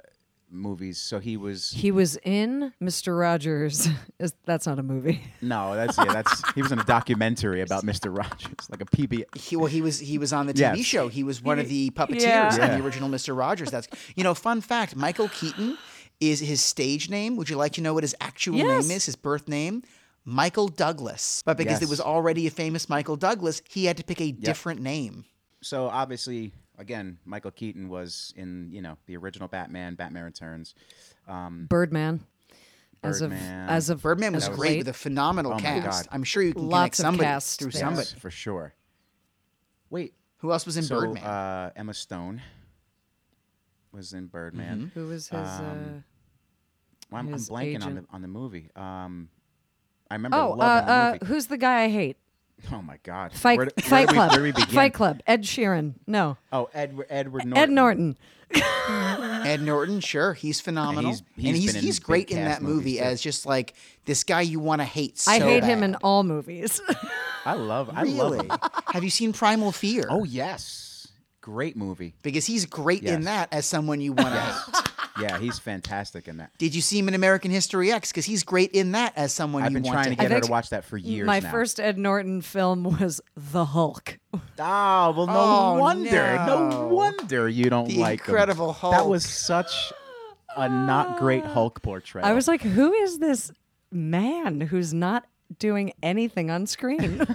[SPEAKER 2] movies. So he was
[SPEAKER 3] He was in Mister Rogers. Is- that's not a movie.
[SPEAKER 2] no. That's yeah. That's he was in a documentary about Mister Rogers, like a PB.
[SPEAKER 1] He, well, he was he was on the TV
[SPEAKER 2] Yes.
[SPEAKER 1] show. He was one of the puppeteers
[SPEAKER 3] Yeah.
[SPEAKER 1] in
[SPEAKER 2] Yeah.
[SPEAKER 1] the original Mister Rogers. That's you know, fun fact. Michael Keaton is his stage name. Would you like to know what his actual
[SPEAKER 3] Yes.
[SPEAKER 1] name is? His birth name, Michael Douglas. But because there
[SPEAKER 2] Yes.
[SPEAKER 1] was already a famous Michael Douglas, he had to pick a different name.
[SPEAKER 2] So obviously, Again, Michael Keaton was in you know the original Batman, Batman Returns. Um,
[SPEAKER 3] Birdman. As of
[SPEAKER 2] Birdman.
[SPEAKER 3] as of
[SPEAKER 1] Birdman was
[SPEAKER 3] as of
[SPEAKER 1] great
[SPEAKER 3] late.
[SPEAKER 1] with a phenomenal
[SPEAKER 2] Oh my
[SPEAKER 1] cast.
[SPEAKER 2] God.
[SPEAKER 1] I'm sure you can connect
[SPEAKER 3] Lots of
[SPEAKER 1] somebody
[SPEAKER 3] cast
[SPEAKER 1] through
[SPEAKER 2] yes,
[SPEAKER 3] there.
[SPEAKER 1] somebody.
[SPEAKER 2] for sure. Wait,
[SPEAKER 1] Who else was in
[SPEAKER 2] so
[SPEAKER 1] Birdman?
[SPEAKER 2] Uh, Emma Stone was in Birdman.
[SPEAKER 3] Who was his? uh,
[SPEAKER 2] Um, Well, I'm, I'm
[SPEAKER 3] His
[SPEAKER 2] blanking on the
[SPEAKER 3] agent.
[SPEAKER 2] on the movie. Um, I remember
[SPEAKER 3] uh... Oh, uh,
[SPEAKER 2] loving the
[SPEAKER 3] uh,
[SPEAKER 2] movie.
[SPEAKER 3] who's the guy I hate?
[SPEAKER 2] Oh my God!
[SPEAKER 3] Fight,
[SPEAKER 2] Where do- where
[SPEAKER 3] Fight
[SPEAKER 2] do we-
[SPEAKER 3] Club.
[SPEAKER 2] where do we begin?
[SPEAKER 3] Fight Club. Ed Sheeran. No.
[SPEAKER 2] Oh, Edward Edward Norton.
[SPEAKER 3] Ed Norton.
[SPEAKER 1] Ed Norton, sure, he's phenomenal,
[SPEAKER 2] he's-
[SPEAKER 1] and
[SPEAKER 2] he's
[SPEAKER 1] he's
[SPEAKER 2] been in
[SPEAKER 1] he's
[SPEAKER 2] big
[SPEAKER 1] great in
[SPEAKER 2] cast
[SPEAKER 1] that
[SPEAKER 2] movies,
[SPEAKER 1] movie
[SPEAKER 2] too.
[SPEAKER 1] as just like this guy you want to hate. So
[SPEAKER 3] I hate him
[SPEAKER 1] bad.
[SPEAKER 3] in all movies.
[SPEAKER 2] I love. I love.
[SPEAKER 1] really.
[SPEAKER 2] him.
[SPEAKER 1] Have you seen Primal Fear?
[SPEAKER 2] Oh yes, great movie.
[SPEAKER 1] because he's great in
[SPEAKER 2] Yes.
[SPEAKER 1] that as someone you want to hate.
[SPEAKER 2] Yeah, he's fantastic in that.
[SPEAKER 1] Did you see him in American History X? Because he's great in that as someone
[SPEAKER 2] I've
[SPEAKER 1] you
[SPEAKER 2] been
[SPEAKER 1] want
[SPEAKER 2] trying to
[SPEAKER 1] to hate.
[SPEAKER 2] get her to
[SPEAKER 3] think
[SPEAKER 2] watch that for years.
[SPEAKER 3] My
[SPEAKER 2] now.
[SPEAKER 3] first Ed Norton film was The Hulk.
[SPEAKER 2] Oh well, no
[SPEAKER 1] Oh,
[SPEAKER 2] wonder, no.
[SPEAKER 1] no.
[SPEAKER 2] wonder you don't
[SPEAKER 1] The
[SPEAKER 2] like him.
[SPEAKER 1] Incredible
[SPEAKER 2] That was
[SPEAKER 1] Hulk.
[SPEAKER 2] such a not great Hulk portrayal.
[SPEAKER 3] I was like, who is this man who's not doing anything on screen?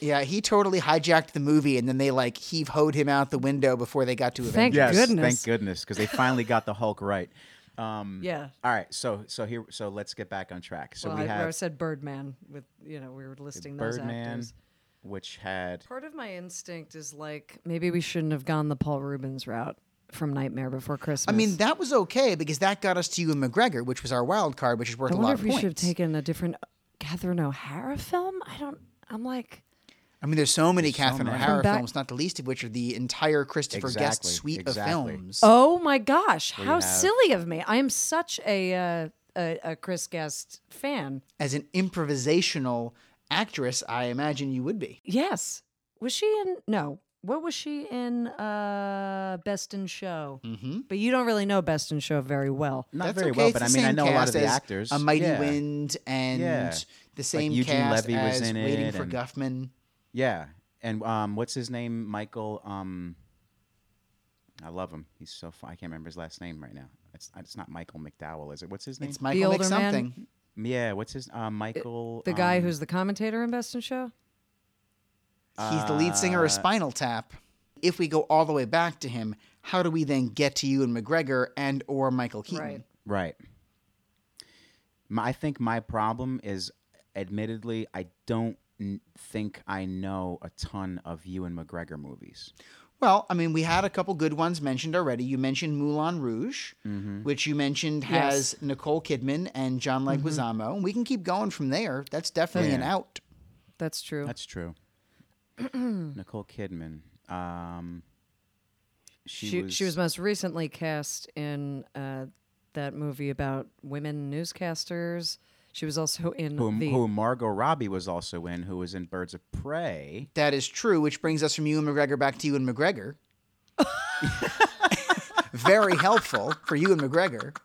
[SPEAKER 1] Yeah, he totally hijacked the movie, and then they like heave hoed him out the window before they got to Avengers.
[SPEAKER 3] Thank
[SPEAKER 2] yes,
[SPEAKER 3] goodness.
[SPEAKER 2] thank goodness, because they finally got the Hulk right. Um,
[SPEAKER 3] yeah.
[SPEAKER 2] All right, so so here, so let's get back on track. So
[SPEAKER 3] well,
[SPEAKER 2] we
[SPEAKER 3] I, I
[SPEAKER 2] have
[SPEAKER 3] said Birdman with, you know, we were listing those
[SPEAKER 2] Birdman,
[SPEAKER 3] actors.
[SPEAKER 2] which had
[SPEAKER 3] Part of my instinct is like, maybe we shouldn't have gone the Paul Rubens route from Nightmare Before
[SPEAKER 1] I
[SPEAKER 3] Christmas.
[SPEAKER 1] mean, that was okay because that got us to you and McGregor, which was our wild card, which is worth
[SPEAKER 3] I
[SPEAKER 1] a
[SPEAKER 3] wonder
[SPEAKER 1] lot
[SPEAKER 3] if
[SPEAKER 1] of
[SPEAKER 3] we
[SPEAKER 1] points.
[SPEAKER 3] should have taken a different uh, Catherine O'Hara film. I don't, I'm like,
[SPEAKER 1] I mean, there's so many Catherine
[SPEAKER 2] many.
[SPEAKER 1] O'Hara
[SPEAKER 3] Come back-
[SPEAKER 1] films, not the least of which are the entire Christopher
[SPEAKER 2] Exactly,
[SPEAKER 1] Guest suite
[SPEAKER 2] exactly.
[SPEAKER 1] of films.
[SPEAKER 3] Oh my gosh, how
[SPEAKER 2] have-
[SPEAKER 3] silly of me. I am such a uh, a, a Chris Guest fan.
[SPEAKER 1] As an improvisational actress, I imagine you would be.
[SPEAKER 3] Yes. Was she in No. What was she in uh Best in Show? Mm-hmm. But you don't really know Best in Show very well.
[SPEAKER 2] not
[SPEAKER 1] That's
[SPEAKER 2] very
[SPEAKER 1] okay.
[SPEAKER 2] well,
[SPEAKER 1] it's
[SPEAKER 2] but
[SPEAKER 1] the
[SPEAKER 2] I mean, I
[SPEAKER 1] same
[SPEAKER 2] know a lot
[SPEAKER 1] cast
[SPEAKER 2] of the
[SPEAKER 1] as
[SPEAKER 2] actors.
[SPEAKER 1] A Mighty
[SPEAKER 2] yeah.
[SPEAKER 1] Wind and
[SPEAKER 2] Yeah.
[SPEAKER 1] the same
[SPEAKER 2] Eugene
[SPEAKER 1] cast
[SPEAKER 2] Levy was
[SPEAKER 1] as
[SPEAKER 2] in
[SPEAKER 1] Waiting
[SPEAKER 2] it
[SPEAKER 1] for
[SPEAKER 2] and-
[SPEAKER 1] Guffman.
[SPEAKER 2] Yeah, and um, what's his name? Michael. Um, I love him. He's so fun. I can't remember his last name right now. It's it's not Michael McDowell, is it? What's his name?
[SPEAKER 1] It's Michael
[SPEAKER 3] older man?
[SPEAKER 1] something.
[SPEAKER 2] yeah, what's his uh, Michael?
[SPEAKER 3] The guy
[SPEAKER 2] um,
[SPEAKER 3] who's the commentator in Best in Show?
[SPEAKER 1] He's the lead singer
[SPEAKER 2] Uh,
[SPEAKER 1] of Spinal Tap. If we go all the way back to him, how do we then get to you and McGregor and or Michael Keaton?
[SPEAKER 3] Right.
[SPEAKER 2] right. My, I think my problem is, admittedly, I don't n- think I know a ton of you and McGregor movies.
[SPEAKER 1] Well, I mean, we had a couple good ones mentioned already. You mentioned Moulin Rouge,
[SPEAKER 2] Mm-hmm.
[SPEAKER 1] which you mentioned has Nicole Kidman and John Leguizamo. And we can keep going from there. That's definitely an
[SPEAKER 2] Yeah.
[SPEAKER 1] out.
[SPEAKER 3] That's true.
[SPEAKER 2] That's true. Nicole Kidman. Um, she,
[SPEAKER 3] she,
[SPEAKER 2] was,
[SPEAKER 3] she was most recently cast in uh, that movie about women newscasters. She was also in
[SPEAKER 2] who,
[SPEAKER 3] the
[SPEAKER 2] who Margot Robbie was also in, who was in Birds of Prey.
[SPEAKER 1] That is true, which brings us from you and McGregor back to you and McGregor. Very helpful for you and McGregor.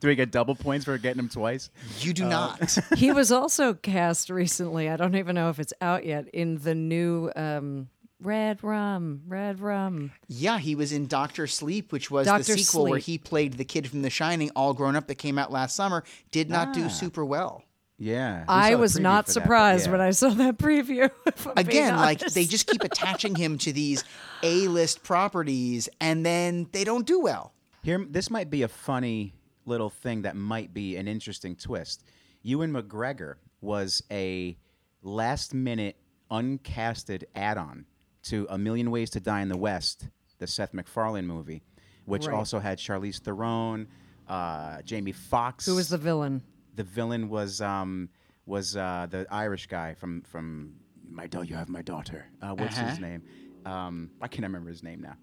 [SPEAKER 2] Do we get double points for getting him twice?
[SPEAKER 1] You
[SPEAKER 3] Uh.
[SPEAKER 1] do not.
[SPEAKER 3] he was also cast recently. I don't even know if it's out yet in the new um, Red Rum, Red Rum.
[SPEAKER 1] Yeah, he was in Doctor Sleep, which was the
[SPEAKER 3] Dr.
[SPEAKER 1] sequel where
[SPEAKER 3] Sleep.
[SPEAKER 1] he played the kid from The Shining, all grown up, that came out last summer. Did not
[SPEAKER 3] Ah.
[SPEAKER 1] do super well.
[SPEAKER 2] Yeah. we saw
[SPEAKER 3] I
[SPEAKER 2] the
[SPEAKER 3] was
[SPEAKER 2] preview
[SPEAKER 3] not
[SPEAKER 2] for that, but
[SPEAKER 3] surprised
[SPEAKER 2] yeah.
[SPEAKER 3] when I saw that preview. if I'm being
[SPEAKER 1] Again, like they
[SPEAKER 3] honest.
[SPEAKER 1] just keep attaching him to these A list properties and then they don't do well.
[SPEAKER 2] Here, this might be a funny little thing that might be an interesting twist. Ewan McGregor was a last minute uncasted add on to A Million Ways to Die in the West, the Seth MacFarlane movie, which
[SPEAKER 3] Right.
[SPEAKER 2] also had Charlize Theron, uh, Jamie Foxx.
[SPEAKER 3] who was the villain?
[SPEAKER 2] the villain was um was uh the Irish guy from from my daughter you have my daughter uh, what's
[SPEAKER 1] Uh-huh.
[SPEAKER 2] his name um I can't remember his name now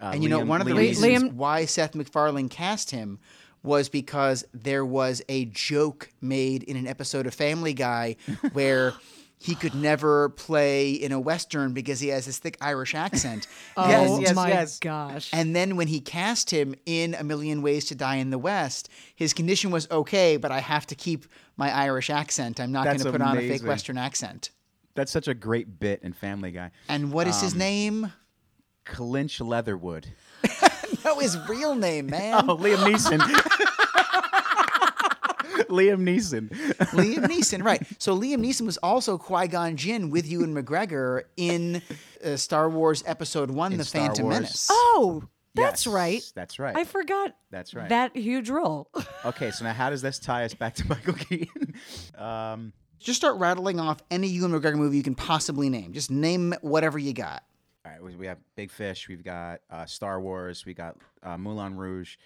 [SPEAKER 2] uh,
[SPEAKER 1] And you know,
[SPEAKER 2] Liam-
[SPEAKER 1] one of the
[SPEAKER 2] Liam
[SPEAKER 1] reasons
[SPEAKER 2] Neeson.
[SPEAKER 3] Liam-
[SPEAKER 1] why Seth MacFarlane cast him was because there was a joke made in an episode of Family Guy where he could never play in a Western because he has this thick Irish accent.
[SPEAKER 2] Yes,
[SPEAKER 3] oh
[SPEAKER 2] yes,
[SPEAKER 3] my
[SPEAKER 2] yes.
[SPEAKER 3] gosh!
[SPEAKER 1] And then when he cast him in A Million Ways to Die in the West, his condition was okay, but I have to keep my Irish accent. I'm not going
[SPEAKER 2] That's
[SPEAKER 1] to put on a fake
[SPEAKER 2] amazing.
[SPEAKER 1] Western accent.
[SPEAKER 2] that's such a great bit in Family Guy
[SPEAKER 1] And what is his
[SPEAKER 2] Um,
[SPEAKER 1] name?
[SPEAKER 2] Clinch Leatherwood
[SPEAKER 1] No, his real name, man.
[SPEAKER 2] oh Liam Neeson Liam Neeson.
[SPEAKER 1] Liam Neeson, right. So Liam Neeson was also Qui Gon Jinn with Ewan McGregor in uh, Star Wars Episode One: The
[SPEAKER 2] Star
[SPEAKER 1] Phantom
[SPEAKER 2] Wars.
[SPEAKER 1] Menace.
[SPEAKER 3] Oh, that's
[SPEAKER 2] Yes,
[SPEAKER 3] right.
[SPEAKER 2] That's right.
[SPEAKER 3] I forgot.
[SPEAKER 2] That's right.
[SPEAKER 3] That huge role.
[SPEAKER 2] okay, so now how does this tie us back to Michael Keaton? um,
[SPEAKER 1] Just start rattling off any Ewan McGregor movie you can possibly name. Just name whatever you got.
[SPEAKER 2] all right, we- we have Big Fish, we've got uh, Star Wars, we got uh, Moulin Rouge,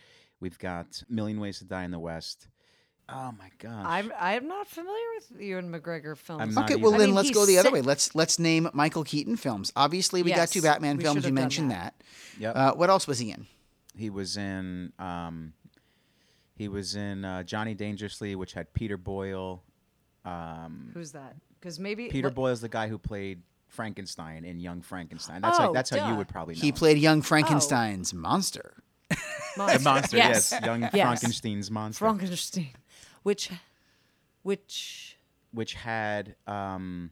[SPEAKER 2] we've got Million Ways to Die in the West. Oh my gosh.
[SPEAKER 3] I'm I'm not familiar with Ewan McGregor films.
[SPEAKER 2] I'm not
[SPEAKER 1] Okay, well
[SPEAKER 2] either.
[SPEAKER 1] then
[SPEAKER 3] I mean,
[SPEAKER 1] let's
[SPEAKER 3] he's
[SPEAKER 1] go the other
[SPEAKER 3] sick.
[SPEAKER 1] way. Let's let's name Michael Keaton films. Obviously, we got
[SPEAKER 3] Yes,
[SPEAKER 1] two Batman
[SPEAKER 3] we
[SPEAKER 1] films.
[SPEAKER 3] should
[SPEAKER 1] You
[SPEAKER 3] have done
[SPEAKER 1] mentioned that.
[SPEAKER 3] that.
[SPEAKER 2] Yep.
[SPEAKER 1] Uh, what else was he in?
[SPEAKER 2] he was in um, he was in uh, Johnny Dangerously, which had Peter Boyle.
[SPEAKER 3] Who's that? Because maybe
[SPEAKER 2] Peter
[SPEAKER 3] what-
[SPEAKER 2] Boyle's the guy who played Frankenstein in Young Frankenstein. That's like
[SPEAKER 3] Oh,
[SPEAKER 2] that's how you
[SPEAKER 3] duh.
[SPEAKER 2] would probably know.
[SPEAKER 1] He
[SPEAKER 2] him.
[SPEAKER 1] played young
[SPEAKER 3] Oh.
[SPEAKER 1] Frankenstein's monster.
[SPEAKER 3] monster.
[SPEAKER 2] monster, yes, Young
[SPEAKER 3] Yes.
[SPEAKER 2] Frankenstein's monster,
[SPEAKER 3] Frankenstein, which, which
[SPEAKER 2] which had um,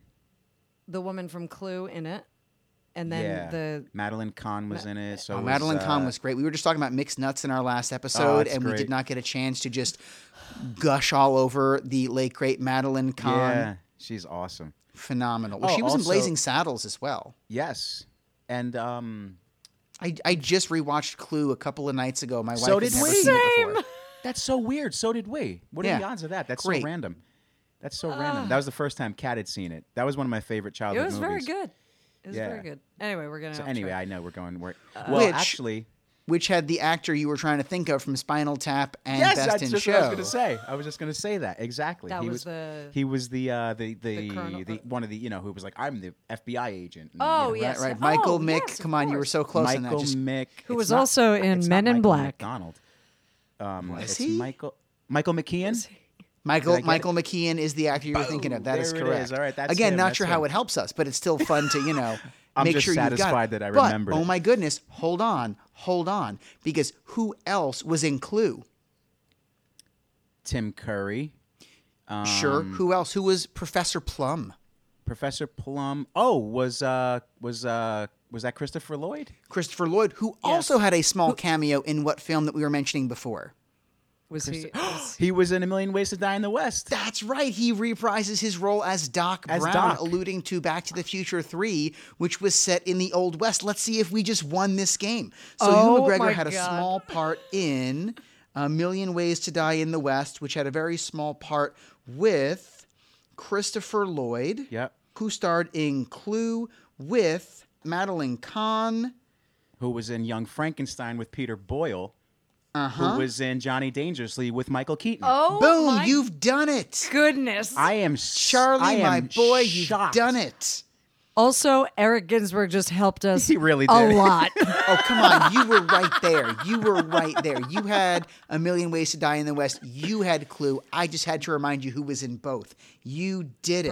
[SPEAKER 3] the woman from Clue in it, and then
[SPEAKER 2] yeah,
[SPEAKER 3] the
[SPEAKER 2] Madeline Kahn was in it. So
[SPEAKER 1] Oh,
[SPEAKER 2] was,
[SPEAKER 1] Madeline Kahn
[SPEAKER 2] uh, Oh,
[SPEAKER 1] was great. We were just talking about mixed nuts in our last episode,
[SPEAKER 2] that's
[SPEAKER 1] and we
[SPEAKER 2] great.
[SPEAKER 1] did not get a chance to just gush all over the late great Madeline Kahn.
[SPEAKER 2] Yeah, she's awesome.
[SPEAKER 1] Phenomenal. Well,
[SPEAKER 2] Oh,
[SPEAKER 1] she was in
[SPEAKER 2] also-
[SPEAKER 1] Blazing Saddles as well.
[SPEAKER 2] Yes, and um,
[SPEAKER 1] I, I just rewatched Clue a couple of nights ago. My wife
[SPEAKER 2] So
[SPEAKER 1] had
[SPEAKER 2] did
[SPEAKER 1] never
[SPEAKER 2] we.
[SPEAKER 1] seen it before.
[SPEAKER 2] that's so weird. So did we. What are
[SPEAKER 1] Yeah.
[SPEAKER 2] the odds of that? That's
[SPEAKER 1] Great.
[SPEAKER 2] so random. That's so random. That was the first time Kat had seen it. That was one of my favorite
[SPEAKER 3] Ah. it
[SPEAKER 2] childhood.
[SPEAKER 3] was very
[SPEAKER 2] movies.
[SPEAKER 3] good. It was very
[SPEAKER 2] Yeah.
[SPEAKER 3] good. Anyway, we're gonna.
[SPEAKER 2] So
[SPEAKER 3] off
[SPEAKER 2] anyway,
[SPEAKER 3] track.
[SPEAKER 2] I know we're going. We're,
[SPEAKER 3] Uh,
[SPEAKER 2] well,
[SPEAKER 1] Which-
[SPEAKER 2] actually,
[SPEAKER 1] Which had the actor you were trying to think of from Spinal Tap and
[SPEAKER 2] yes,
[SPEAKER 1] Best
[SPEAKER 2] that's
[SPEAKER 1] in
[SPEAKER 2] just
[SPEAKER 1] Show.
[SPEAKER 2] what I was going to say. I was just going to say that exactly.
[SPEAKER 3] That
[SPEAKER 2] he
[SPEAKER 3] was the-
[SPEAKER 2] he was the uh, the the,
[SPEAKER 3] colonel- uh,
[SPEAKER 2] the, one of the you know who was like I'm the FBI agent. and,
[SPEAKER 3] Oh,
[SPEAKER 2] you know,
[SPEAKER 3] yeah.
[SPEAKER 1] Right,
[SPEAKER 3] Yes.
[SPEAKER 1] right.
[SPEAKER 3] Oh,
[SPEAKER 1] Michael Mick,
[SPEAKER 3] yes, of
[SPEAKER 1] come on, you were
[SPEAKER 3] course.
[SPEAKER 1] so close on
[SPEAKER 2] Michael
[SPEAKER 1] that. Just
[SPEAKER 2] Mick,
[SPEAKER 3] Who
[SPEAKER 2] it's
[SPEAKER 3] was
[SPEAKER 2] not-
[SPEAKER 3] also in
[SPEAKER 2] it's not
[SPEAKER 3] Men in
[SPEAKER 2] Michael
[SPEAKER 3] Black.
[SPEAKER 2] McDonald. Um, it's
[SPEAKER 1] he?
[SPEAKER 2] Michael Michael McKean.
[SPEAKER 1] Michael
[SPEAKER 2] Did I get
[SPEAKER 1] Michael McKeon is the actor you were thinking of. That is
[SPEAKER 2] There it is.
[SPEAKER 1] correct.
[SPEAKER 2] All right, that's
[SPEAKER 1] Again,
[SPEAKER 2] him,
[SPEAKER 1] not
[SPEAKER 2] that's
[SPEAKER 1] sure how
[SPEAKER 2] him.
[SPEAKER 1] it helps us, but it's still fun to you know
[SPEAKER 2] I'm
[SPEAKER 1] make
[SPEAKER 2] just
[SPEAKER 1] sure you got.
[SPEAKER 2] satisfied
[SPEAKER 1] it.
[SPEAKER 2] that I
[SPEAKER 1] but,
[SPEAKER 2] remembered
[SPEAKER 1] Oh
[SPEAKER 2] it.
[SPEAKER 1] my goodness! Hold on, hold on, because who else was in Clue?
[SPEAKER 2] Tim Curry,
[SPEAKER 1] sure,
[SPEAKER 2] Um,
[SPEAKER 1] who else? Who was Professor Plum?
[SPEAKER 2] Professor Plum. Oh, was uh was uh was that Christopher Lloyd?
[SPEAKER 1] Christopher Lloyd, who also had a small cameo in what film that we were mentioning before.
[SPEAKER 3] was he? was-
[SPEAKER 2] He was in A Million Ways to Die in the West.
[SPEAKER 1] That's right. He reprises his role as Doc
[SPEAKER 2] As
[SPEAKER 1] Brown,
[SPEAKER 2] Doc.
[SPEAKER 1] alluding to Back to the Future 3, which was set in the Old West. Let's see if we just won this game. So
[SPEAKER 3] Oh,
[SPEAKER 1] Ewan
[SPEAKER 3] my
[SPEAKER 1] McGregor had a
[SPEAKER 3] God.
[SPEAKER 1] small part in A Million Ways to Die in the West, which had a very small part with Christopher Lloyd,
[SPEAKER 2] Yep.
[SPEAKER 1] who starred in Clue with Madeline Kahn.
[SPEAKER 2] who was in Young Frankenstein with Peter Boyle, who was in Johnny Dangerously with Michael Keaton.
[SPEAKER 3] Uh-huh. oh
[SPEAKER 1] Boom,
[SPEAKER 3] my
[SPEAKER 1] you've done it.
[SPEAKER 3] goodness!
[SPEAKER 2] I am s-
[SPEAKER 1] Charlie,
[SPEAKER 2] I am
[SPEAKER 1] my boy,
[SPEAKER 2] shocked.
[SPEAKER 1] you've done it.
[SPEAKER 3] also, Eric Ginsberg just helped us.
[SPEAKER 2] He really
[SPEAKER 3] a
[SPEAKER 2] did.
[SPEAKER 3] lot.
[SPEAKER 1] Oh, come on. You were right there. You were right there. You had A Million Ways to Die in the West. You had Clue. I just had to remind you who was in both. You did it.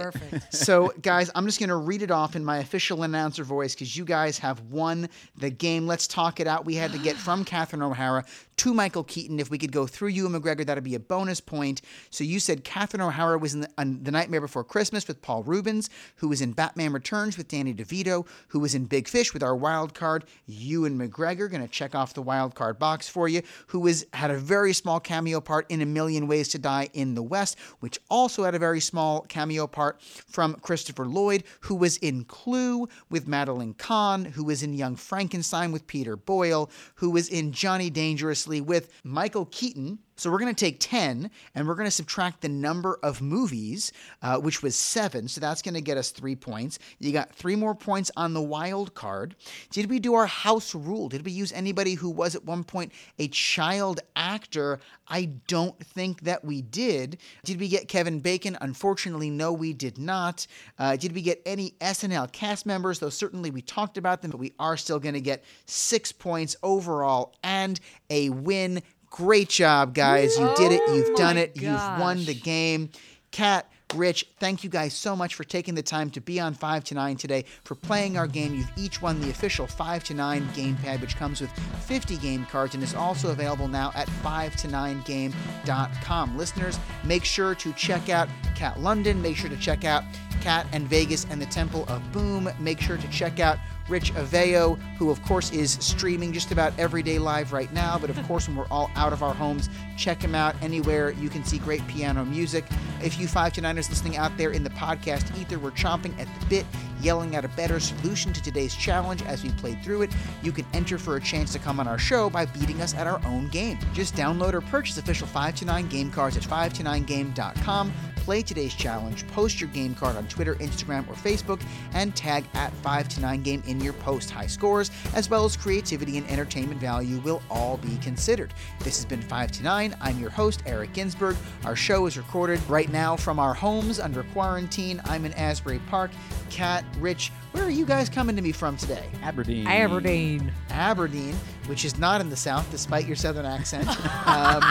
[SPEAKER 3] Perfect.
[SPEAKER 1] So, guys, I'm just going to read it off in my official announcer voice because you guys have won the game. Let's talk it out. We had to get from Catherine O'Hara to Michael Keaton. If we could go through you and McGregor, that'd be a bonus point. So, you said Catherine O'Hara was in the, on The Nightmare Before Christmas with Paul Rubens, who was in Batman Returns with Danny DeVito, who was in Big Fish with our wild card. You and McGregor going to check off the wild card box for you, who is had a very small cameo part in A Million Ways to Die in the West, which also had a very small cameo part from Christopher Lloyd, who was in Clue with Madeline Kahn, who was in Young Frankenstein with Peter Boyle, who was in Johnny Dangerously with Michael Keaton. So we're going to take 10 and we're going to subtract the number of movies, uh, which was seven. So that's going to get us three points. You got three more points on the wild card. Did we do our house rule? Did we use anybody who was at one point a child actor? I don't think that we did. Did we get Kevin Bacon? Unfortunately, no, we did not. Uh, did we get any SNL cast members? Though certainly we talked about them, but we are still going to get six points overall and a win. Great job, guys. You did it. You've done it. You've won the game. Kat, Rich, thank you guys so much for taking the time to be on 5 to 9 today, for playing our game. You've each won the official 5 to 9 gamepad, which comes with 50 game cards and is also available now at 5to9game.com. Listeners, make sure to check out Cat London. Make sure to check out Cat and Vegas and the Temple of Boom. Make sure to check out Rich Aveo, who of course is streaming just about every day live right now. But of course, when we're all out of our homes, check him out anywhere you can see great piano music. If you five to niners listening out there in the podcast ether, we're chomping at the bit, yelling out a better solution to today's challenge as we played through it. You can enter for a chance to come on our show by beating us at our own game. Just download or purchase official 529 game cards at 529game.com. Play today's challenge, post your game card on Twitter, Instagram, or Facebook, and tag at 5 to 9 game in your post. High scores, as well as creativity and entertainment value, will all be considered. This has been 5 to 9. I'm your host, Eric Ginsberg. Our show is recorded right now from our homes under quarantine. I'm in Asbury Park. Cat, Rich, where are you guys coming to me from today?
[SPEAKER 2] Aberdeen.
[SPEAKER 3] Aberdeen.
[SPEAKER 1] Aberdeen, which is not in the South, despite your Southern accent. Um,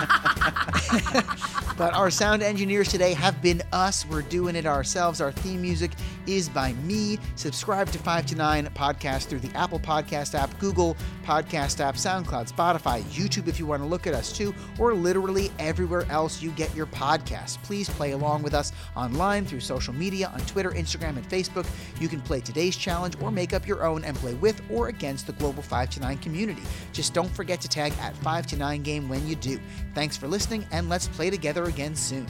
[SPEAKER 1] but our sound engineers today have been us. We're doing it ourselves. Our theme music is by me. Subscribe to 5 to 9 podcast through the Apple Podcast app, Google Podcast app, SoundCloud, Spotify, YouTube if you want to look at us too, or literally everywhere else you get your podcast. Please play along with us online through social media on Twitter, Instagram, and Facebook. You can play today's challenge or make up your own and play with or against the global 5 to 9 community. Just don't forget to tag at 5 to 9 game when you do. Thanks for listening and let's play together again soon.